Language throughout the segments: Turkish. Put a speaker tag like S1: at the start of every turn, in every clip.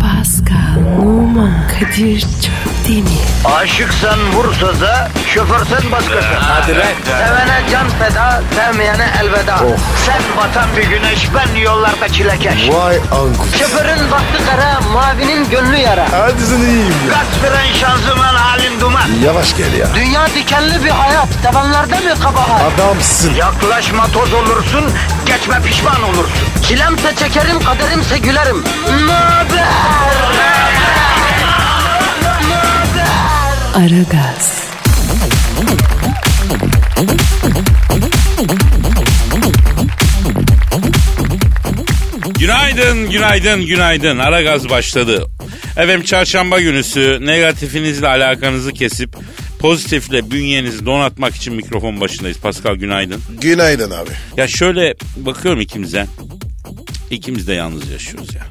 S1: Pascal, Oman, Kadir çok değil mi?
S2: Aşıksan vursa da şoförsen başkasın. Hadi
S3: be.
S2: Sevene can feda, sevmeyene elveda. Sen batan bir güneş, ben yollarda çilekeş.
S3: Vay anku.
S2: Şoförün baktı kara, mavinin gönlü yara.
S3: Hadi sen iyiyim ya.
S2: Kasperen şanzıman halin duman.
S3: Yavaş gel ya.
S2: Dünya dikenli bir hayat, sevenlerde mi kabahar?
S3: Adamsın.
S2: Yaklaşma toz olursun, geçme pişman olursun. Çilemse çekerim, kaderimse gülerim. Möber!
S1: Aragaz,
S4: Günaydın, günaydın, günaydın. Ara gaz başladı. Efendim çarşamba günüsü negatifinizle alakanızı kesip pozitifle bünyenizi donatmak için mikrofon başındayız. Pascal günaydın.
S3: Günaydın abi.
S4: Ya şöyle bakıyorum ikimize. İkimiz de yalnız yaşıyoruz ya.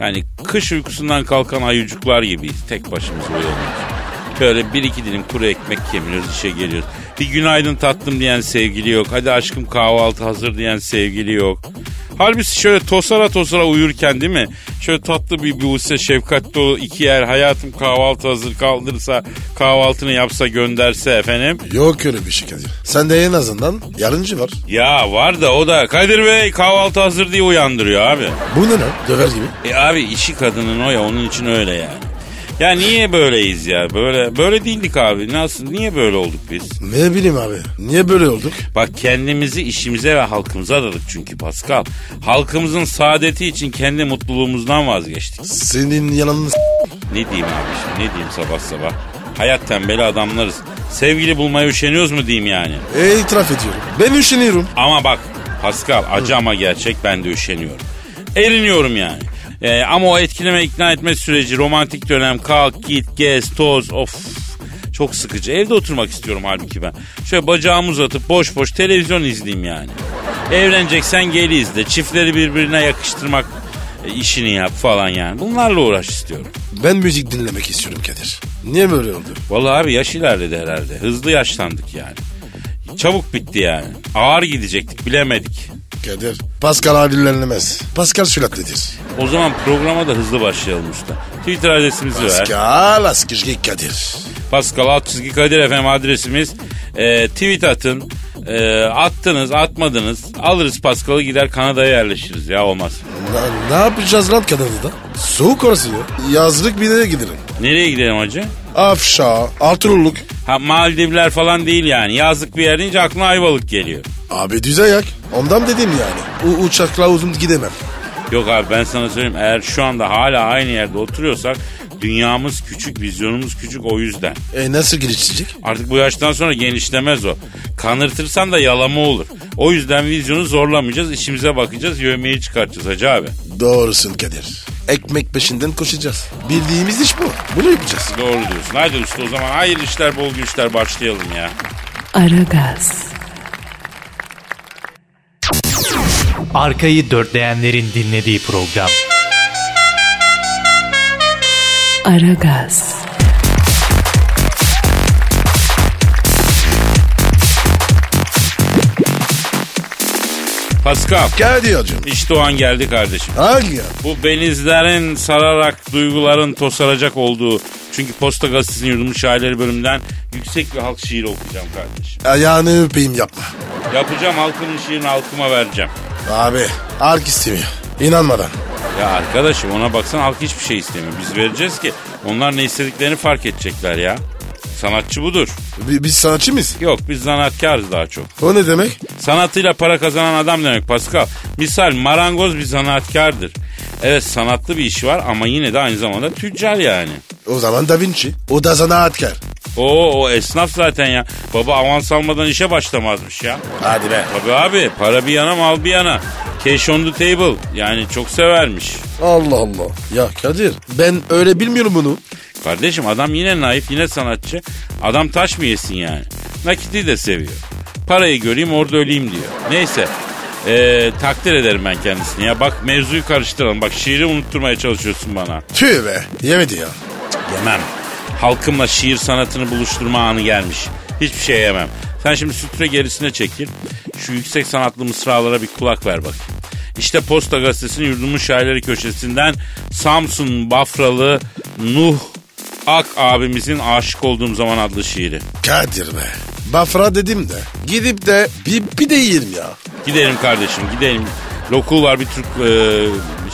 S4: Yani kış uykusundan kalkan ayıcıklar gibiyiz. Tek başımıza uyanıyoruz. Böyle bir iki dilim kuru ekmek yemiyoruz işe geliyoruz. Bir günaydın tatlım diyen sevgili yok. Hadi aşkım kahvaltı hazır diyen sevgili yok. Halbuki şöyle tosara tosara uyurken değil mi? Şöyle tatlı bir buğse şefkat dolu iki yer hayatım kahvaltı hazır kaldırsa kahvaltını yapsa gönderse efendim.
S3: Yok öyle bir şey Kadir. Sen de en azından yarıncı var.
S4: Ya var da o da Kadir Bey kahvaltı hazır diye uyandırıyor abi.
S3: Bu ne lan? Döver gibi.
S4: E abi işi kadının o ya onun için öyle yani. Ya niye böyleyiz ya? Böyle böyle değildik abi. Nasıl niye böyle olduk biz?
S3: Ne bileyim abi. Niye böyle olduk?
S4: Bak kendimizi işimize ve halkımıza adadık çünkü Pascal. Halkımızın saadeti için kendi mutluluğumuzdan vazgeçtik.
S3: Senin yalanını s-
S4: Ne diyeyim abi şimdi ne diyeyim sabah sabah? Hayat tembeli adamlarız. Sevgili bulmaya üşeniyoruz mu diyeyim yani?
S3: e, itiraf ediyorum. Ben üşeniyorum.
S4: Ama bak Pascal acı ama gerçek ben de üşeniyorum. Eriniyorum yani. Ee, ama o etkileme ikna etme süreci romantik dönem kalk git gez toz of çok sıkıcı. Evde oturmak istiyorum halbuki ben. Şöyle bacağımı uzatıp boş boş televizyon izleyeyim yani. Evleneceksen gel izle. Çiftleri birbirine yakıştırmak e, işini yap falan yani. Bunlarla uğraş istiyorum.
S3: Ben müzik dinlemek istiyorum Kadir. Niye böyle oldu?
S4: Vallahi abi yaş ilerledi herhalde. Hızlı yaşlandık yani. Çabuk bitti yani. Ağır gidecektik bilemedik.
S3: Kadir. Pascal abilenlemez. Pascal süratlidir.
S4: O zaman programa da hızlı başlayalım usta. Twitter adresimizi ver.
S3: Pascal askışki Kadir.
S4: Pascal alt çizgi Kadir efendim adresimiz. Ee, tweet atın. Ee, attınız atmadınız. Alırız Pascal'ı gider Kanada'ya yerleşiriz ya olmaz.
S3: Na- ne yapacağız lan Kanada'da? Soğuk orası ya. Yazlık bir yere gidelim.
S4: Nereye gidelim hacı?
S3: Afşa, Arturuluk.
S4: Ha Maldivler falan değil yani. Yazlık bir yer deyince aklına Ayvalık geliyor.
S3: Abi düz ayak. Ondan dedim yani. U uçakla uzun gidemem.
S4: Yok abi ben sana söyleyeyim eğer şu anda hala aynı yerde oturuyorsak dünyamız küçük, vizyonumuz küçük o yüzden.
S3: E nasıl girişecek?
S4: Artık bu yaştan sonra genişlemez o. Kanırtırsan da yalama olur. O yüzden vizyonu zorlamayacağız, işimize bakacağız, yövmeyi çıkartacağız hacı abi.
S3: Doğrusun Kadir. Ekmek peşinden koşacağız. Bildiğimiz iş bu. Bunu yapacağız.
S4: Doğru diyorsun. Haydi usta o zaman hayırlı işler, bol güçler başlayalım ya.
S1: Aragaz,
S5: Arkayı dörtleyenlerin dinlediği program.
S1: Aragaz,
S4: Pascal,
S3: Kadir hocam.
S4: işte o an geldi kardeşim.
S3: Hangi ya?
S4: Bu benizlerin sararak duyguların tosaracak olduğu... Çünkü Posta Gazetesi'nin yurdumlu şairleri bölümünden yüksek bir halk şiiri okuyacağım kardeşim.
S3: Ayağını öpeyim yapma.
S4: Yapacağım halkımın şiirini halkıma vereceğim.
S3: Abi ark istemiyor. İnanmadan.
S4: Ya arkadaşım ona baksan halk hiçbir şey istemiyor. Biz vereceğiz ki onlar ne istediklerini fark edecekler ya. Sanatçı budur.
S3: Bi- Biz sanatçı mıyız?
S4: Yok biz sanatkarız daha çok.
S3: O ne demek?
S4: Sanatıyla para kazanan adam demek Pascal. Misal marangoz bir sanatkardır. Evet sanatlı bir işi var ama yine de aynı zamanda tüccar yani.
S3: O zaman Da Vinci. O da zanaatkar.
S4: Oo o esnaf zaten ya. Baba avans almadan işe başlamazmış ya.
S3: Hadi be.
S4: Tabii abi para bir yana mal bir yana. Cash on the table yani çok severmiş.
S3: Allah Allah. Ya Kadir ben öyle bilmiyorum bunu.
S4: Kardeşim adam yine naif yine sanatçı. Adam taş mı yesin yani? Nakiti de seviyor. Parayı göreyim orada öleyim diyor. Neyse. Ee, takdir ederim ben kendisini ya. Bak mevzuyu karıştıralım. Bak şiiri unutturmaya çalışıyorsun bana.
S3: Tüh be. Yemedi ya.
S4: Yemem. Halkımla şiir sanatını buluşturma anı gelmiş. Hiçbir şey yemem. Sen şimdi sütre gerisine çekil. Şu yüksek sanatlı mısralara bir kulak ver bak. İşte Posta Gazetesi'nin yurdumun şairleri köşesinden Samsun Bafralı Nuh Ak abimizin Aşık Olduğum Zaman adlı şiiri.
S3: Kadir be. Bafra dedim de. Gidip de bir pide yiyelim ya.
S4: Gidelim kardeşim gidelim. Lokul var bir Türk e,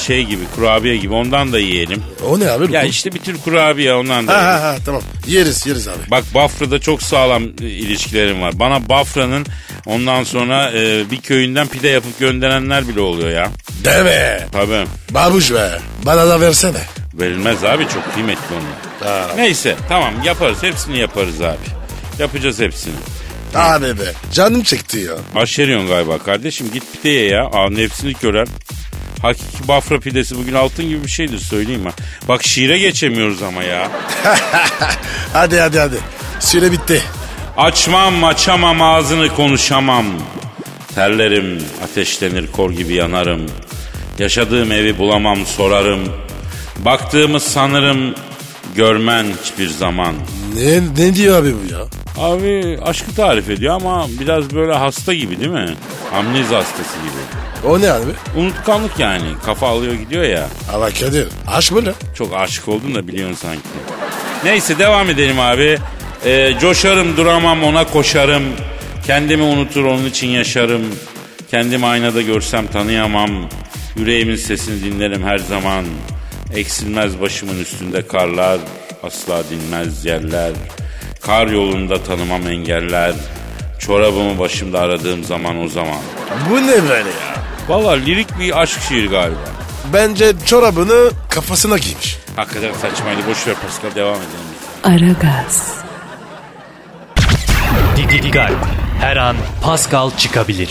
S4: şey gibi kurabiye gibi ondan da yiyelim.
S3: O ne abi?
S4: Ya
S3: Lokul?
S4: işte bir tür kurabiye ondan da
S3: Ha
S4: yiyelim.
S3: ha ha tamam. Yeriz yeriz abi.
S4: Bak Bafra'da çok sağlam e, ilişkilerim var. Bana Bafra'nın ondan sonra e, bir köyünden pide yapıp gönderenler bile oluyor ya.
S3: Deme.
S4: Tabii.
S3: Babuş be. Bana da versene.
S4: Verilmez abi çok kıymetli onlar.
S3: Ha.
S4: Neyse tamam yaparız hepsini yaparız abi. Yapacağız hepsini.
S3: Abi be. Canım çekti ya.
S4: Aşeriyon galiba kardeşim git pide ye ya. Aa, nefsini gören. Hakiki Bafra pidesi bugün altın gibi bir şeydir söyleyeyim ha. Bak şiire geçemiyoruz ama ya.
S3: hadi hadi hadi. Süre bitti.
S4: Açmam açamam ağzını konuşamam. Terlerim ateşlenir kor gibi yanarım. Yaşadığım evi bulamam sorarım. Baktığımı sanırım görmen hiçbir zaman.
S3: Ne, ne diyor abi bu ya?
S4: Abi aşkı tarif ediyor ama biraz böyle hasta gibi değil mi? Amnezi hastası gibi.
S3: O ne abi?
S4: Unutkanlık yani. Kafa alıyor gidiyor ya.
S3: Ama Kadir. Aç mı lan?
S4: Çok aşık oldun da biliyorsun sanki. Neyse devam edelim abi. Ee, coşarım duramam ona koşarım. Kendimi unutur onun için yaşarım. Kendimi aynada görsem tanıyamam. Yüreğimin sesini dinlerim her zaman. Eksilmez başımın üstünde karlar. Asla dinmez yerler. Kar yolunda tanımam engeller. Çorabımı başımda aradığım zaman o zaman.
S3: Bu ne böyle ya?
S4: Valla lirik bir aşk şiiri galiba.
S3: Bence çorabını kafasına giymiş.
S4: Hakikaten saçmaydı. Boş ver Pascal devam edelim.
S1: Aragaz,
S5: Didi Digal. Her an Pascal çıkabilir.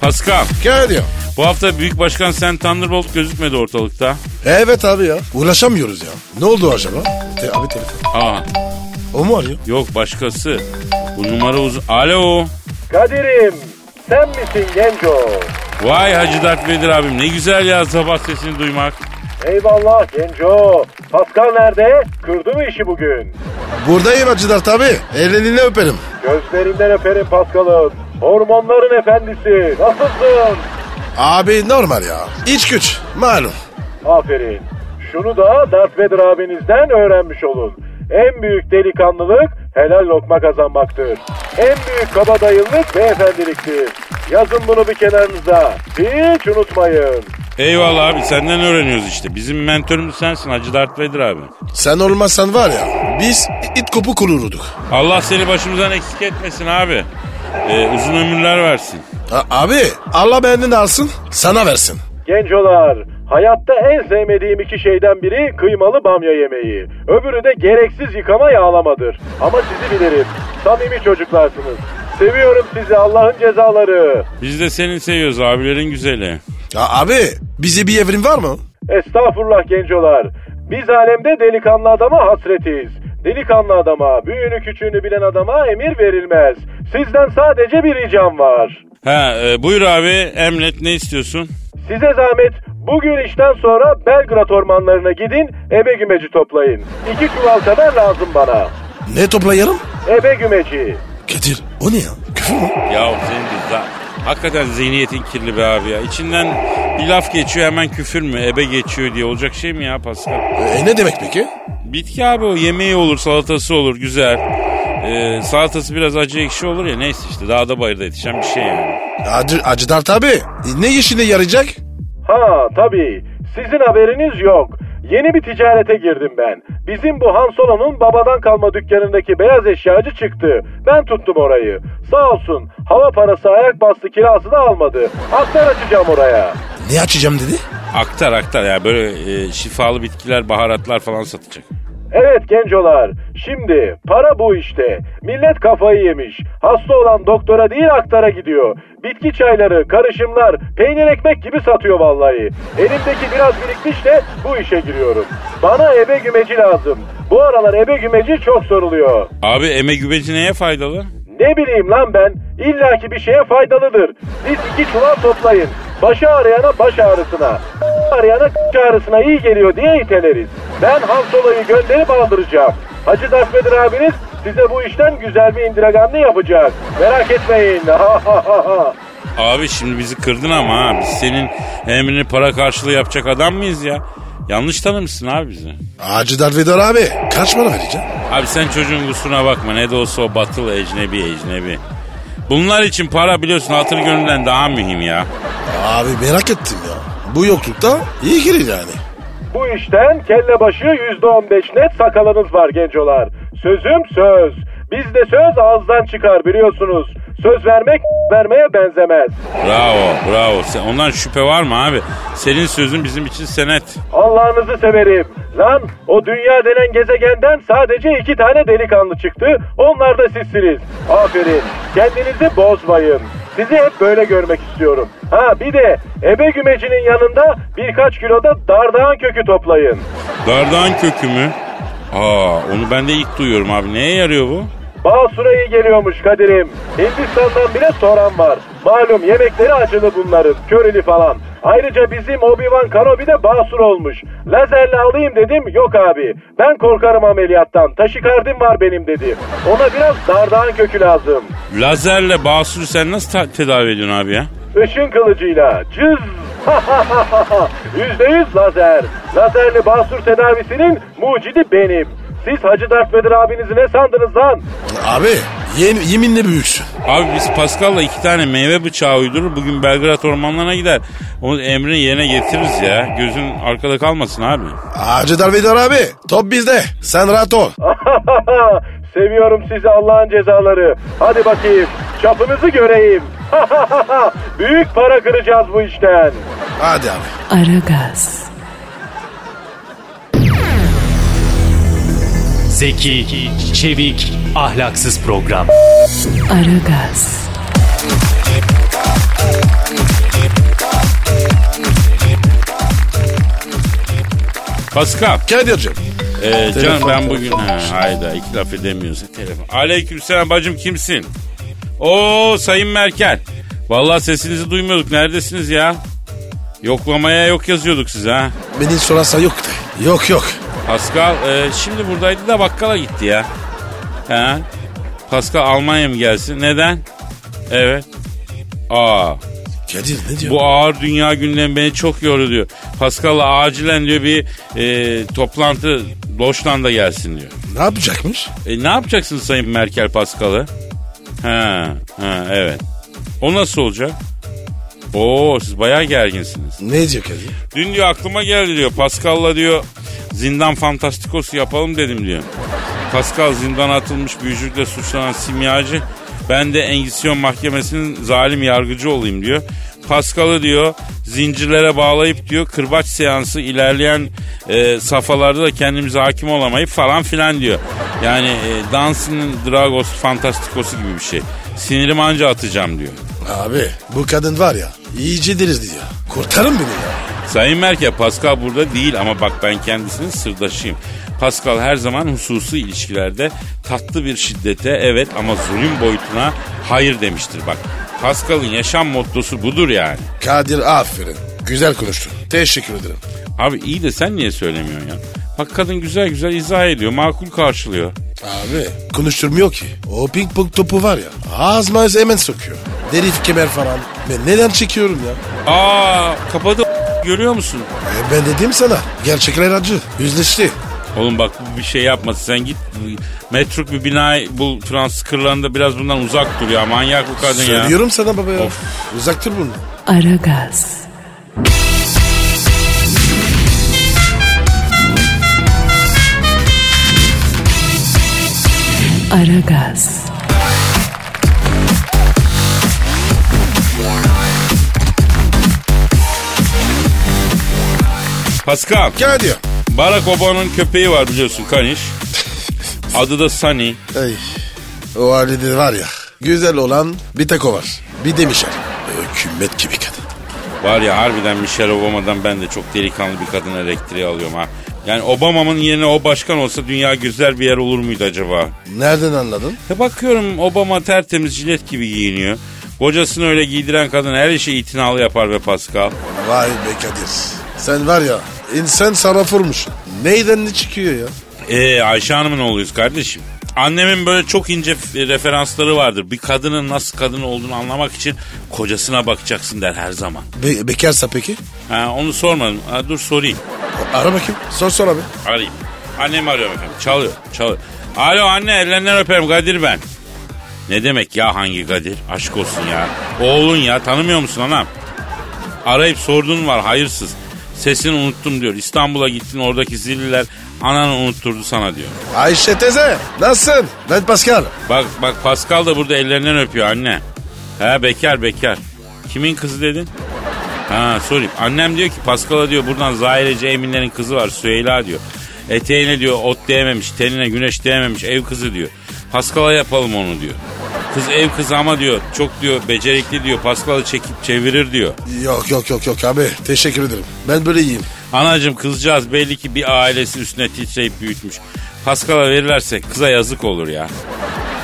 S4: Pascal.
S3: Kadir.
S4: Bu hafta Büyük Başkan Sen Thunderbolt gözükmedi ortalıkta.
S3: Evet abi ya. Ulaşamıyoruz ya. Ne oldu acaba? Te abi telefon.
S4: Aa
S3: O mu arıyor?
S4: yok başkası. Bu numara uzun. Alo.
S6: Kadir'im sen misin genco?
S4: Vay Hacı Dert Vedir abim ne güzel ya sabah sesini duymak.
S6: Eyvallah genco. Pascal nerede? Kırdı mı işi bugün?
S3: Buradayım acılar tabi. Ellerini öperim.
S6: Gözlerinden öperim Pascal'ım. Hormonların efendisi. Nasılsın?
S3: Abi normal ya. İç güç. Malum.
S6: Aferin. Şunu da Darth Vader abinizden öğrenmiş olun. En büyük delikanlılık helal lokma kazanmaktır. En büyük kabadayılık beyefendiliktir. Yazın bunu bir kenarınıza. Hiç unutmayın.
S4: Eyvallah abi senden öğreniyoruz işte. Bizim mentorumuz sensin Hacı Dert Vedir abi.
S3: Sen olmasan var ya biz it kopu kururduk.
S4: Allah seni başımızdan eksik etmesin abi. Ee, uzun ömürler versin.
S3: A- abi Allah beğendiğini alsın sana versin.
S6: Gencolar, hayatta en sevmediğim iki şeyden biri kıymalı bamya yemeği. Öbürü de gereksiz yıkama yağlamadır. Ama sizi bilirim. Samimi çocuklarsınız. Seviyorum sizi Allah'ın cezaları.
S4: Biz de seni seviyoruz abilerin güzeli.
S3: Ya abi bize bir evrim var mı?
S6: Estağfurullah gencolar. Biz alemde delikanlı adama hasretiz. Delikanlı adama, büyüğünü küçüğünü bilen adama emir verilmez. Sizden sadece bir ricam var.
S4: Ha e, buyur abi emret ne istiyorsun?
S6: Size zahmet bugün işten sonra Belgrad ormanlarına gidin ebe gümeci toplayın. İki çuval kadar lazım bana.
S3: Ne toplayalım?
S6: Ebe gümeci.
S3: Kadir o ne ya? Küfür mü?
S4: Ya senin de za- Hakikaten zihniyetin kirli be abi ya. İçinden bir laf geçiyor hemen küfür mü? Ebe geçiyor diye olacak şey mi ya Pascal?
S3: E, ne demek peki?
S4: Bitki abi o yemeği olur salatası olur güzel. Ee, salatası biraz acı ekşi olur ya neyse işte dağda bayırda yetişen bir şey yani.
S3: Acı, acıdar tabi. Ne işine yarayacak?
S6: Ha tabii. Sizin haberiniz yok. Yeni bir ticarete girdim ben. Bizim bu Han Solo'nun babadan kalma dükkanındaki beyaz eşyacı çıktı. Ben tuttum orayı. Sağ olsun hava parası ayak bastı kirası da almadı. Aktar açacağım oraya.
S3: Ne açacağım dedi?
S4: Aktar aktar ya böyle e, şifalı bitkiler baharatlar falan satacak.
S6: Evet gencolar. Şimdi para bu işte. Millet kafayı yemiş. Hasta olan doktora değil aktara gidiyor. Bitki çayları, karışımlar, peynir ekmek gibi satıyor vallahi. Elimdeki biraz birikmişle bu işe giriyorum. Bana ebe gümeci lazım. Bu aralar ebe gümeci çok soruluyor.
S4: Abi eme güveci neye faydalı?
S6: Ne bileyim lan ben. İlla ki bir şeye faydalıdır. Siz iki çuval toplayın. Başı ağrıyana baş ağrısına. Arayana ağrısına iyi geliyor diye iteleriz. Ben Han Solo'yu gönderip aldıracağım. Hacı Darth Vader abiniz size bu işten güzel bir indiraganlı yapacak. Merak etmeyin. Ha ha ha ha.
S4: Abi şimdi bizi kırdın ama ha. Biz senin emrini para karşılığı yapacak adam mıyız ya? Yanlış tanımışsın abi bizi.
S3: Hacı Darth Vader abi kaç para vereceğim?
S4: Abi sen çocuğun kusuruna bakma. Ne de olsa o batılı ecnebi ecnebi. Bunlar için para biliyorsun hatır gönülden daha mühim ya.
S3: Abi merak ettim ya. Bu yoklukta iyi girir yani.
S6: Bu işten kelle başı %15 net sakalınız var gencolar. Sözüm söz. Bizde söz ağızdan çıkar biliyorsunuz. Söz vermek vermeye benzemez.
S4: Bravo bravo. Sen, ondan şüphe var mı abi? Senin sözün bizim için senet.
S6: Allah'ınızı severim. Lan o dünya denen gezegenden sadece iki tane delikanlı çıktı. Onlar da sizsiniz. Aferin. Kendinizi bozmayın. Sizi hep böyle görmek istiyorum. Ha bir de ebe gümecinin yanında birkaç kiloda dardağın kökü toplayın.
S4: Dardan kökü mü? Aa onu ben de ilk duyuyorum abi. Neye yarıyor bu?
S6: Basura iyi geliyormuş Kadir'im. Hindistan'dan bile soran var. Malum yemekleri acılı bunların. Körili falan. Ayrıca bizim Obi-Wan Kenobi de basur olmuş. Lazerle alayım dedim. Yok abi. Ben korkarım ameliyattan. Taşikardim var benim dedi. Ona biraz dardağın kökü lazım.
S4: Lazerle basuru sen nasıl ta- tedavi ediyorsun abi ya?
S6: Işın kılıcıyla. Cız. %100 lazer. Lazerli basur tedavisinin mucidi benim. Siz Hacı Darth Vader abinizi ne sandınız lan?
S3: Abi yem- yeminle büyüksün.
S4: Abi biz Pascal'la iki tane meyve bıçağı uydurur. Bugün Belgrad ormanlarına gider. Onu Emre'nin yerine getiririz ya. Gözün arkada kalmasın abi.
S3: Hacı Darth Vader abi top bizde. Sen rahat ol.
S6: Seviyorum sizi Allah'ın cezaları. Hadi bakayım. Çapınızı göreyim. Büyük para kıracağız bu işten.
S3: Hadi abi.
S1: Aragaz,
S5: Zeki, çevik, ahlaksız program.
S1: Aragaz,
S4: Pascal.
S3: Kadir'cim.
S4: Ee, canım
S3: Telefon,
S4: ben bugün... Ha, hayda iki laf edemiyoruz. Telefon. Aleykümselam bacım kimsin? Oo Sayın Merkel. Vallahi sesinizi duymuyorduk. Neredesiniz ya? Yoklamaya yok yazıyorduk size ha.
S3: Beni sorarsa yok de. Yok yok.
S4: Pascal e, şimdi buradaydı da bakkala gitti ya. He? Pascal Almanya mı gelsin? Neden? Evet. Aa,
S3: Kadir ne diyor?
S4: bu ağır dünya gündemi beni çok yordu diyor. Pascal'la acilen diyor bir e, toplantı Deutschland'a gelsin diyor.
S3: Ne yapacakmış?
S4: E, ne yapacaksın Sayın Merkel Pascal'ı? Ha, ha evet. O nasıl olacak? Oo siz bayağı gerginsiniz.
S3: Ne diyor Kadir?
S4: Dün diyor aklıma geldi diyor. Pascal'la diyor zindan fantastikosu yapalım dedim diyor. Pascal zindana atılmış büyücülükle suçlanan simyacı. Ben de Engizisyon Mahkemesi'nin zalim yargıcı olayım diyor. Pascal'ı diyor zincirlere bağlayıp diyor kırbaç seansı ilerleyen e, safhalarda da kendimize hakim olamayıp falan filan diyor. Yani e, dansının Dragos Fantastikosu gibi bir şey. Sinirimi anca atacağım diyor.
S3: Abi bu kadın var ya iyice deriz diyor. Kurtarın beni ya.
S4: Sayın Merkel Pascal burada değil ama bak ben kendisinin sırdaşıyım. Pascal her zaman hususi ilişkilerde tatlı bir şiddete evet ama zulüm boyutuna hayır demiştir bak. Pascal'ın yaşam mottosu budur yani.
S3: Kadir aferin. Güzel konuştun. Teşekkür ederim.
S4: Abi iyi de sen niye söylemiyorsun ya? Bak kadın güzel güzel izah ediyor, makul karşılıyor.
S3: Abi konuşturmuyor ki. O ping pong topu var ya ağzıma hemen sokuyor. Derif kemer falan. Ben neden çekiyorum ya?
S4: Aa kapadı görüyor musun?
S3: E, ben dedim sana gerçekler acı. Yüzleşti.
S4: Oğlum bak bu bir şey yapmasın sen git metruk bir binayı bul Fransız kırlarında biraz bundan uzak dur ya manyak bu kadın ya.
S3: Söylüyorum sana baba ya.
S4: Of.
S3: Uzak dur bundan.
S1: Aragaz, Aragaz,
S4: Pascal.
S3: Kadir.
S4: Barack Obama'nın köpeği var biliyorsun Kaniş. Adı da Sunny.
S3: Ay, o halde var ya güzel olan bir tek o var. Bir de Michel. Hükümet gibi kadın.
S4: Var ya harbiden Michelle Obama'dan ben de çok delikanlı bir kadın elektriği alıyorum ha. Yani Obama'nın yerine o başkan olsa dünya güzel bir yer olur muydu acaba?
S3: Nereden anladın?
S4: E bakıyorum Obama tertemiz jilet gibi giyiniyor. Kocasını öyle giydiren kadın her işe itinalı yapar ve Pascal.
S3: Vay be Kadir. Sen var ya insan sarrafurmuş. Neyden ne çıkıyor ya?
S4: Ee Ayşe Hanım'ın oğluyuz kardeşim. Annemin böyle çok ince f- referansları vardır. Bir kadının nasıl kadın olduğunu anlamak için kocasına bakacaksın der her zaman.
S3: Be- bekarsa peki?
S4: Ha, onu sormadım. Ha, dur sorayım.
S3: Ara bakayım. Sor sor abi.
S4: Arayayım. Annem arıyor efendim. Çalıyor, çalıyor. Alo anne ellerinden öperim Kadir ben. Ne demek ya hangi Kadir? Aşk olsun ya. Oğlun ya tanımıyor musun anam? Arayıp sorduğun var hayırsız. Sesini unuttum diyor. İstanbul'a gittin oradaki zilliler ananı unutturdu sana diyor.
S3: Ayşe teyze. Nasılsın? Ben Pascal.
S4: Bak bak Pascal da burada ellerinden öpüyor anne. Ha bekar bekar. Kimin kızı dedin? Ha sorayım. Annem diyor ki Pascal'a diyor buradan Zahireci Eminlerin kızı var Süheyla diyor. Eteğine diyor ot değmemiş, tenine güneş değmemiş ev kızı diyor. Pascal'a yapalım onu diyor. Kız ev kızı ama diyor çok diyor becerikli diyor Pascal'ı çekip çevirir diyor.
S3: Yok yok yok yok abi. Teşekkür ederim. Ben böyle iyiyim.
S4: Anacım kızcağız belli ki bir ailesi üstüne titreyip büyütmüş. Pascal'a verirlerse kıza yazık olur ya.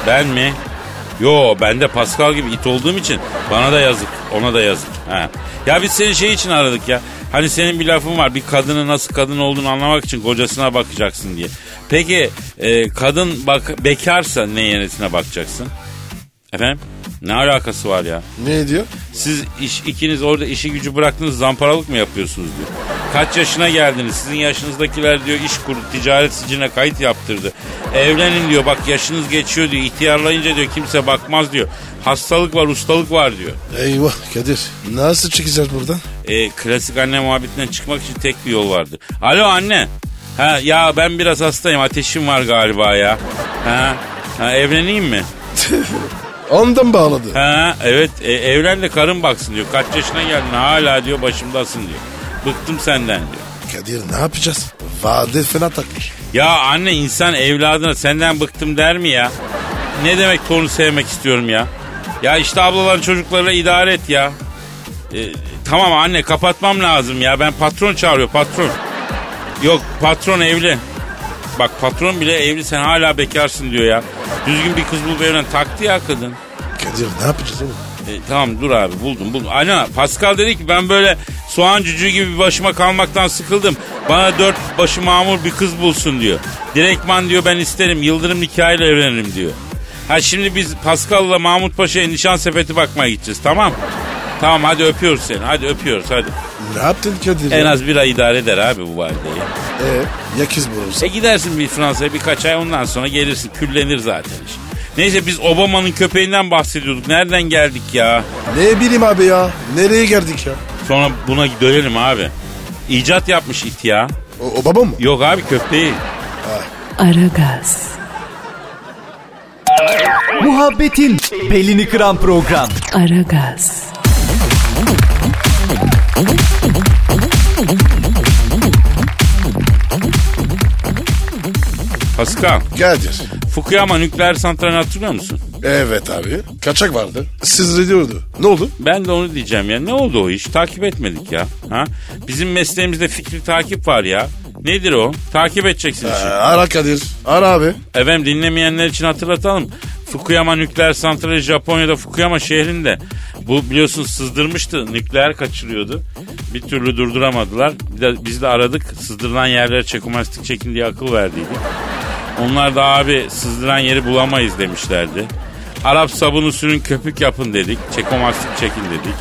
S4: Ben mi? Yo ben de Pascal gibi it olduğum için bana da yazık ona da yazık. Ha. Ya biz seni şey için aradık ya. Hani senin bir lafın var bir kadının nasıl kadın olduğunu anlamak için kocasına bakacaksın diye. Peki e, kadın bak bekarsa ne yenisine bakacaksın? Efendim? Ne alakası var ya?
S3: Ne diyor?
S4: Siz iş, ikiniz orada işi gücü bıraktınız zamparalık mı yapıyorsunuz diyor. Kaç yaşına geldiniz? Sizin yaşınızdakiler diyor iş kurdu, ticaret sicine kayıt yaptırdı. Evlenin diyor bak yaşınız geçiyor diyor. İhtiyarlayınca diyor kimse bakmaz diyor. Hastalık var, ustalık var diyor.
S3: Eyvah Kadir. Nasıl çıkacağız buradan?
S4: E, klasik anne muhabbetinden çıkmak için tek bir yol vardır. Alo anne. Ha ya ben biraz hastayım ateşim var galiba ya. Ha, ha evleneyim mi?
S3: Ondan bağladı.
S4: Ha evet e, evlen de karın baksın diyor. Kaç yaşına geldin hala diyor başımdasın diyor. Bıktım senden diyor.
S3: Kadir ne yapacağız? Vade fena takmış.
S4: Ya anne insan evladına senden bıktım der mi ya? Ne demek torunu sevmek istiyorum ya? Ya işte ablaların çocuklarıyla idare et ya. E, tamam anne kapatmam lazım ya. Ben patron çağırıyor patron. Yok patron evli. Bak patron bile evli sen hala bekarsın diyor ya. Düzgün bir kız bulup evlen taktı ya kadın.
S3: Kadir ne yapacağız oğlum?
S4: E, tamam dur abi buldum buldum. Ana Pascal dedi ki ben böyle soğan cücüğü gibi bir başıma kalmaktan sıkıldım. Bana dört başı mamur bir kız bulsun diyor. Direktman diyor ben isterim Yıldırım nikahıyla evlenirim diyor. Ha şimdi biz Pascal'la Mahmut Paşa'ya nişan sepeti bakmaya gideceğiz tamam Tamam hadi öpüyoruz seni hadi öpüyoruz hadi.
S3: Ne yaptın Kadir?
S4: En
S3: ya?
S4: az bir ay idare eder abi bu valideyi.
S3: Ee, ya kız bulursa?
S4: E gidersin bir Fransa'ya birkaç ay ondan sonra gelirsin küllenir zaten iş. Neyse biz Obama'nın köpeğinden bahsediyorduk. Nereden geldik ya?
S3: Ne bileyim abi ya. Nereye geldik ya?
S4: Sonra buna dönelim abi. İcat yapmış it ya.
S3: O, o baba mı?
S4: Yok abi köpeği.
S1: Aragaz,
S5: Muhabbetin belini kıran program.
S1: Aragaz,
S4: Pascal,
S3: Kadir.
S4: Fukuyama nükleer santralini hatırlıyor musun?
S3: Evet abi. Kaçak vardı. Siz ediyordu. Ne oldu?
S4: Ben de onu diyeceğim ya. Ne oldu o iş? Takip etmedik ya. Ha? Bizim mesleğimizde fikri takip var ya. Nedir o? Takip edeceksin
S3: Ee,
S4: işi.
S3: ara Kadir. Ara abi.
S4: Efendim dinlemeyenler için hatırlatalım. Fukuyama nükleer santrali Japonya'da Fukuyama şehrinde. Bu biliyorsun sızdırmıştı. Nükleer kaçırıyordu. Bir türlü durduramadılar. Bir de, biz de aradık. Sızdırılan yerlere çekomastik çekin diye akıl verdiydik. Onlar da abi sızdıran yeri bulamayız demişlerdi. Arap sabunu sürün köpük yapın dedik. Çekomastik çekin dedik.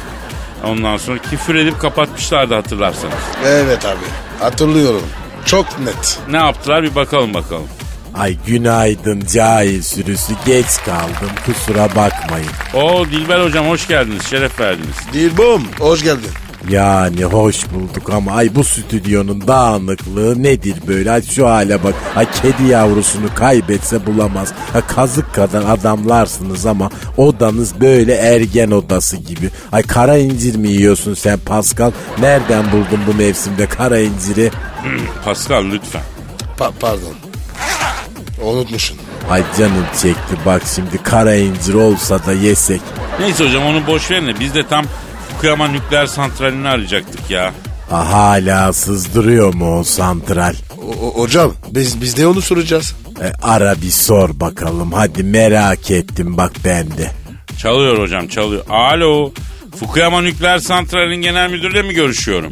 S4: Ondan sonra küfür edip kapatmışlardı hatırlarsanız.
S3: Evet abi. Hatırlıyorum. Çok net.
S4: Ne yaptılar bir bakalım bakalım.
S7: Ay günaydın cahil sürüsü geç kaldım kusura bakmayın.
S4: Oo Dilber hocam hoş geldiniz. Şeref verdiniz.
S3: Dilbom. Hoş geldin.
S7: Yani hoş bulduk ama ay bu stüdyonun dağınıklığı nedir böyle? Ay şu hale bak. Ay kedi yavrusunu kaybetse bulamaz. Ha kazık kadar adamlarsınız ama odanız böyle ergen odası gibi. Ay kara incir mi yiyorsun sen Pascal? Nereden buldun bu mevsimde kara inciri?
S4: Pascal lütfen.
S3: Pa- pardon. Unutmuşsun.
S7: Ay canım çekti bak şimdi kara incir olsa da yesek.
S4: Neyse hocam onu boş verin de biz de tam Fukuyama nükleer santralini arayacaktık ya.
S7: Ha, hala sızdırıyor mu o santral?
S3: O- o- hocam biz biz de onu soracağız.
S7: E, ara bir sor bakalım hadi merak ettim bak ben de.
S4: Çalıyor hocam çalıyor. Alo. Fukuyama nükleer santralinin genel müdürüyle mi görüşüyorum?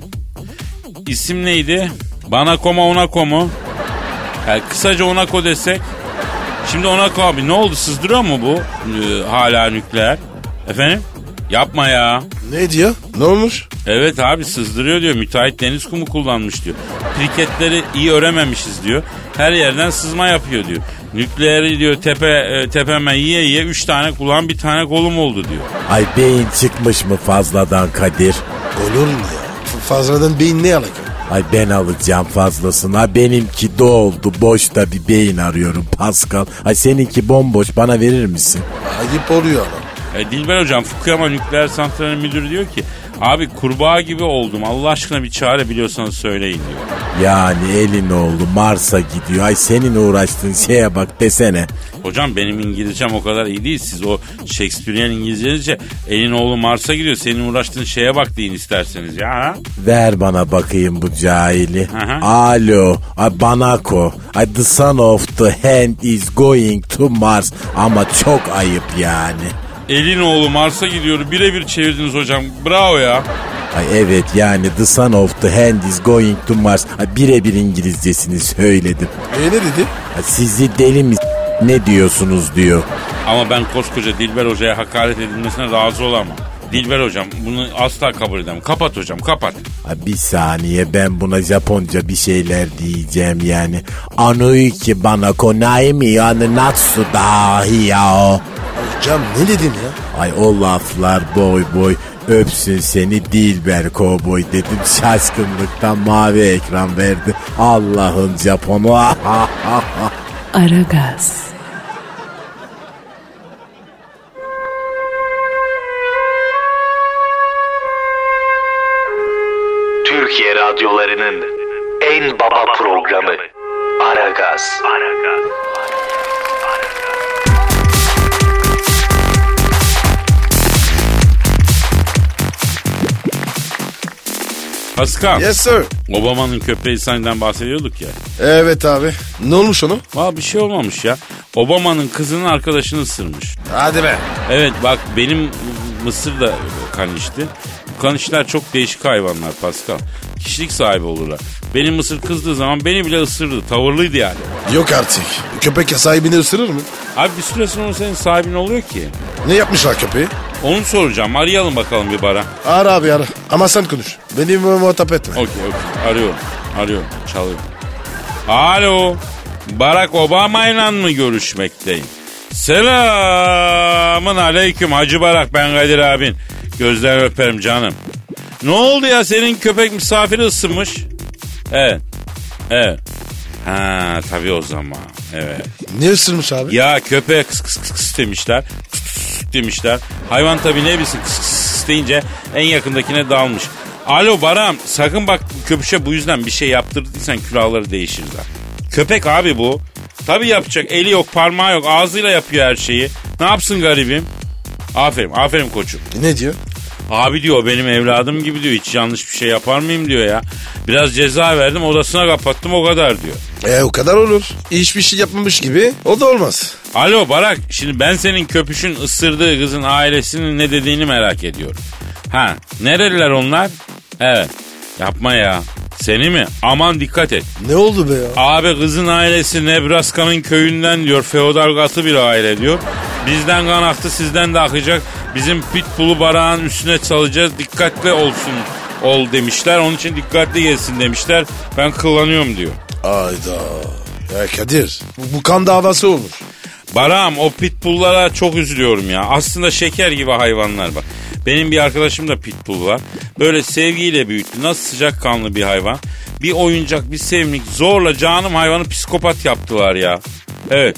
S4: İsim neydi? Bana koma ona komu. Yani kısaca Onako desek. Şimdi Onako abi ne oldu sızdırıyor mu bu e, hala nükleer? Efendim? Yapma ya.
S3: Ne diyor? Ne olmuş?
S4: Evet abi sızdırıyor diyor. Müteahhit deniz kumu kullanmış diyor. Kriketleri iyi örememişiz diyor. Her yerden sızma yapıyor diyor. Nükleeri diyor tepe e, tepeme yiye yiye 3 tane kulağım bir tane kolum oldu diyor.
S7: Ay beyin çıkmış mı fazladan Kadir?
S3: Olur mu ya? F- Fazladan beyin ne alaka?
S7: Ay ben alacağım fazlasına. Benimki doldu. Boşta bir beyin arıyorum Pascal. Ay seninki bomboş bana verir misin?
S3: Ayıp oluyor ama.
S4: E, Dilber hocam Fukuyama nükleer santralinin müdürü diyor ki abi kurbağa gibi oldum Allah aşkına bir çare biliyorsanız söyleyin diyor.
S7: Yani elin oğlu Mars'a gidiyor. Ay senin uğraştığın şeye bak desene.
S4: Hocam benim İngilizcem o kadar iyi değil. Siz o Shakespearean İngilizce elin oğlu Mars'a gidiyor. Senin uğraştığın şeye bak deyin isterseniz ya. ha?
S7: Ver bana bakayım bu cahili.
S4: hı.
S7: Alo, ay Banako. Ay the son of the hand is going to Mars. Ama çok ayıp yani.
S4: Elin oğlu Mars'a gidiyor. Birebir çevirdiniz hocam. Bravo ya.
S7: Ay evet yani the son of the hand is going to Mars. Ay birebir İngilizcesini söyledim.
S3: E ne dedi?
S7: Ay sizi deli mi s- ne diyorsunuz diyor.
S4: Ama ben koskoca Dilber Hoca'ya hakaret edilmesine razı olamam. Dilber Hocam bunu asla kabul edemem. Kapat hocam kapat.
S7: Ay bir saniye ben buna Japonca bir şeyler diyeceğim yani. Anuiki bana konai mi yani natsu dahi ya.
S3: Hocam ne dedin ya?
S7: Ay o laflar boy boy öpsün seni Dilber kovboy dedim şaşkınlıktan mavi ekran verdi. Allah'ın Japonu.
S1: Aragaz,
S8: Türkiye radyolarının en baba programı Aragaz.
S4: Paskal.
S3: Yes sir.
S4: Obama'nın köpeği senden bahsediyorduk ya.
S3: Evet abi. Ne olmuş ona?
S4: Valla bir şey olmamış ya. Obama'nın kızının arkadaşını ısırmış.
S3: Hadi be.
S4: Evet bak benim Mısır da kanişti. Bu Kanişler çok değişik hayvanlar Pascal. Kişilik sahibi olurlar. Benim Mısır kızdığı zaman beni bile ısırdı. Tavırlıydı yani.
S3: Yok artık. Köpek ya sahibini ısırır mı?
S4: Abi bir süre sonra senin sahibin oluyor ki.
S3: Ne yapmışlar köpeği?
S4: Onu soracağım. Arayalım bakalım bir bara.
S3: Ara abi ara. Ama sen konuş. Beni muhatap etme.
S4: Okey okey. Arıyorum. Arıyorum. Çalıyorum. Alo. Barack Obama ile mı görüşmekteyim? Selamın aleyküm Hacı Barak ben Kadir abin. Gözlerini öperim canım. Ne oldu ya senin köpek misafiri ısınmış? Evet. Evet. Ha tabii o zaman. Evet.
S3: Ne ısırmış abi?
S4: Ya köpeğe kıs kıs kıs kıs demişler. Kıs kıs kıs demişler. Hayvan tabii ne bilsin kıs kıs kıs deyince en yakındakine dalmış. Alo Baram sakın bak köpüşe bu yüzden bir şey yaptırdıysan külahları değişirler. Köpek abi bu. Tabii yapacak eli yok parmağı yok ağzıyla yapıyor her şeyi. Ne yapsın garibim? Aferin aferin koçum.
S3: Ne diyor?
S4: Abi diyor benim evladım gibi diyor hiç yanlış bir şey yapar mıyım diyor ya. Biraz ceza verdim odasına kapattım o kadar diyor.
S3: E o kadar olur. Hiçbir şey yapmamış gibi o da olmaz.
S4: Alo Barak şimdi ben senin köpüşün ısırdığı kızın ailesinin ne dediğini merak ediyorum. Ha nereliler onlar? Evet yapma ya. Seni mi? Aman dikkat et.
S3: Ne oldu be ya?
S4: Abi kızın ailesi Nebraska'nın köyünden diyor. Feodal katı bir aile diyor. Bizden kan aktı sizden de akacak. Bizim pitbull'u barağın üstüne çalacağız. Dikkatli olsun ol demişler. Onun için dikkatli gelsin demişler. Ben kullanıyorum diyor.
S3: Ayda. Ya Kadir bu, bu kan davası olur.
S4: Baram o pitbulllara çok üzülüyorum ya. Aslında şeker gibi hayvanlar bak. Benim bir arkadaşım da pitbull var. Böyle sevgiyle büyüttü. Nasıl sıcakkanlı bir hayvan. Bir oyuncak, bir sevimlik. Zorla canım hayvanı psikopat yaptılar ya. Evet.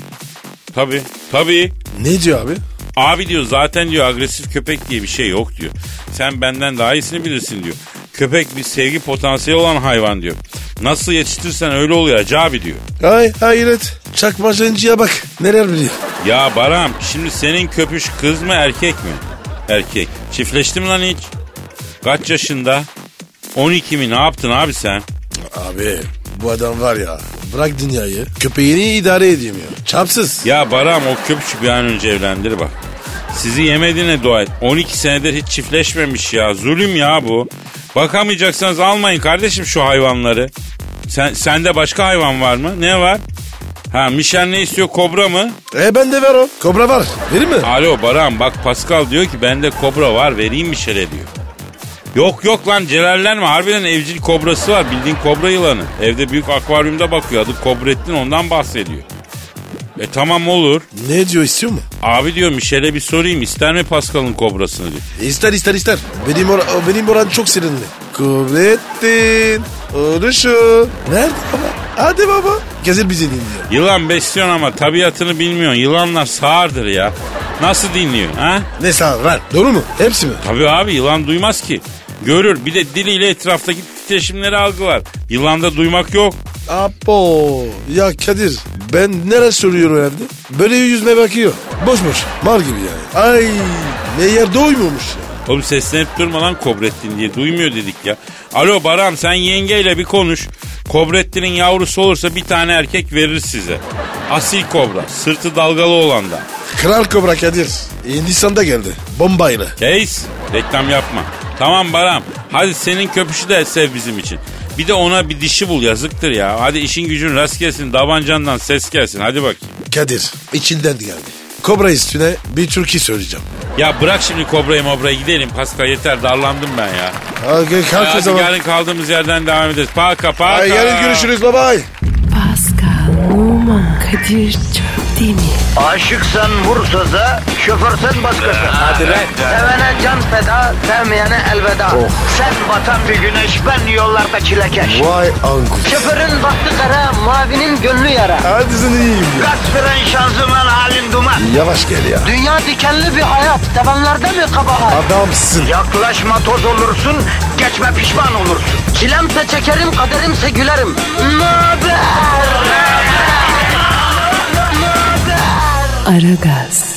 S4: Tabii. Tabii.
S3: Ne diyor abi?
S4: Abi diyor zaten diyor agresif köpek diye bir şey yok diyor. Sen benden daha iyisini bilirsin diyor. Köpek bir sevgi potansiyeli olan hayvan diyor. Nasıl yetiştirsen öyle oluyor Hacı abi diyor.
S3: Ay hayret. Çakmacıncıya bak. Neler biliyor.
S4: Ya Baram şimdi senin köpüş kız mı erkek mi? Erkek. Çiftleşti mi lan hiç? Kaç yaşında? 12 mi ne yaptın abi sen?
S3: Abi bu adam var ya bırak dünyayı köpeğini idare edeyim ya. Çapsız.
S4: Ya Baram o köpüşü bir an önce evlendir bak. Sizi yemediğine dua et. 12 senedir hiç çiftleşmemiş ya. Zulüm ya bu. Bakamayacaksanız almayın kardeşim şu hayvanları. Sen, sende başka hayvan var mı? Ne var? Ha Mişen ne istiyor kobra mı?
S3: E ben de ver o. Kobra var. Verir mi?
S4: Alo Baran bak Pascal diyor ki bende kobra var vereyim mi şere diyor. Yok yok lan celallenme harbiden evcil kobrası var bildiğin kobra yılanı. Evde büyük akvaryumda bakıyor adı Kobrettin ondan bahsediyor. E tamam olur.
S3: Ne diyor istiyor mu?
S4: Abi diyor Mişel'e bir sorayım ister mi Pascal'ın kobrasını diyor.
S3: İster E, ister ister. Benim, or- benim oran çok sinirli. Kuvvettin. Oluşu. Nerede baba? Hadi baba. Gezir bizi dinliyor.
S4: Yılan besliyorsun ama tabiatını bilmiyorsun. Yılanlar sağırdır ya. Nasıl dinliyor ha?
S3: Ne sağ ver. Doğru mu? Hepsi mi?
S4: Tabii abi yılan duymaz ki. Görür bir de diliyle etraftaki titreşimleri algılar. Yılanda duymak yok.
S3: Apo. Ya Kadir ben nereye soruyorum evde? Böyle yüzme bakıyor. Boş boş. Mal gibi yani. Ay meğer doymuyormuş ya.
S4: Oğlum seslenip durma lan Kobrettin diye duymuyor dedik ya. Alo Baran sen yengeyle bir konuş. Kobrettin'in yavrusu olursa bir tane erkek verir size. Asil kobra sırtı dalgalı olan da.
S3: Kral Kobra Kadir. Hindistan'da geldi. Bombayla.
S4: Reis reklam yapma. Tamam Baran hadi senin köpüşü de sev bizim için. Bir de ona bir dişi bul yazıktır ya. Hadi işin gücün rast gelsin davancandan ses gelsin hadi bakayım.
S3: Kadir içinden geldi. Kobra üstüne bir türkü söyleyeceğim.
S4: Ya bırak şimdi kobrayı mobrayı gidelim Pascal yeter darlandım ben ya.
S3: Hadi kalk o
S4: Hadi
S3: zaman.
S4: yarın kaldığımız yerden devam ederiz. Paka paka.
S3: Ay, yarın görüşürüz babay.
S1: Pascal, Oman, Kadir çok değil mi?
S2: Aşıksan vursa da, şoförsen başkasın. Hadi Sevene can feda, sevmeyene elveda. Sen batan bir güneş, ben yollarda çilekeş.
S3: Vay anku.
S2: Şoförün baktı kara, mavinin gönlü yara.
S3: Hadi sen iyiyim ya.
S2: Kasperen şanzıman halin duman.
S3: Yavaş gel ya.
S2: Dünya dikenli bir hayat, sevenlerde mi kabahar?
S3: Adamsın.
S2: Yaklaşma toz olursun, geçme pişman olursun. Çilemse çekerim, kaderimse gülerim. Möber!
S1: Aragaz.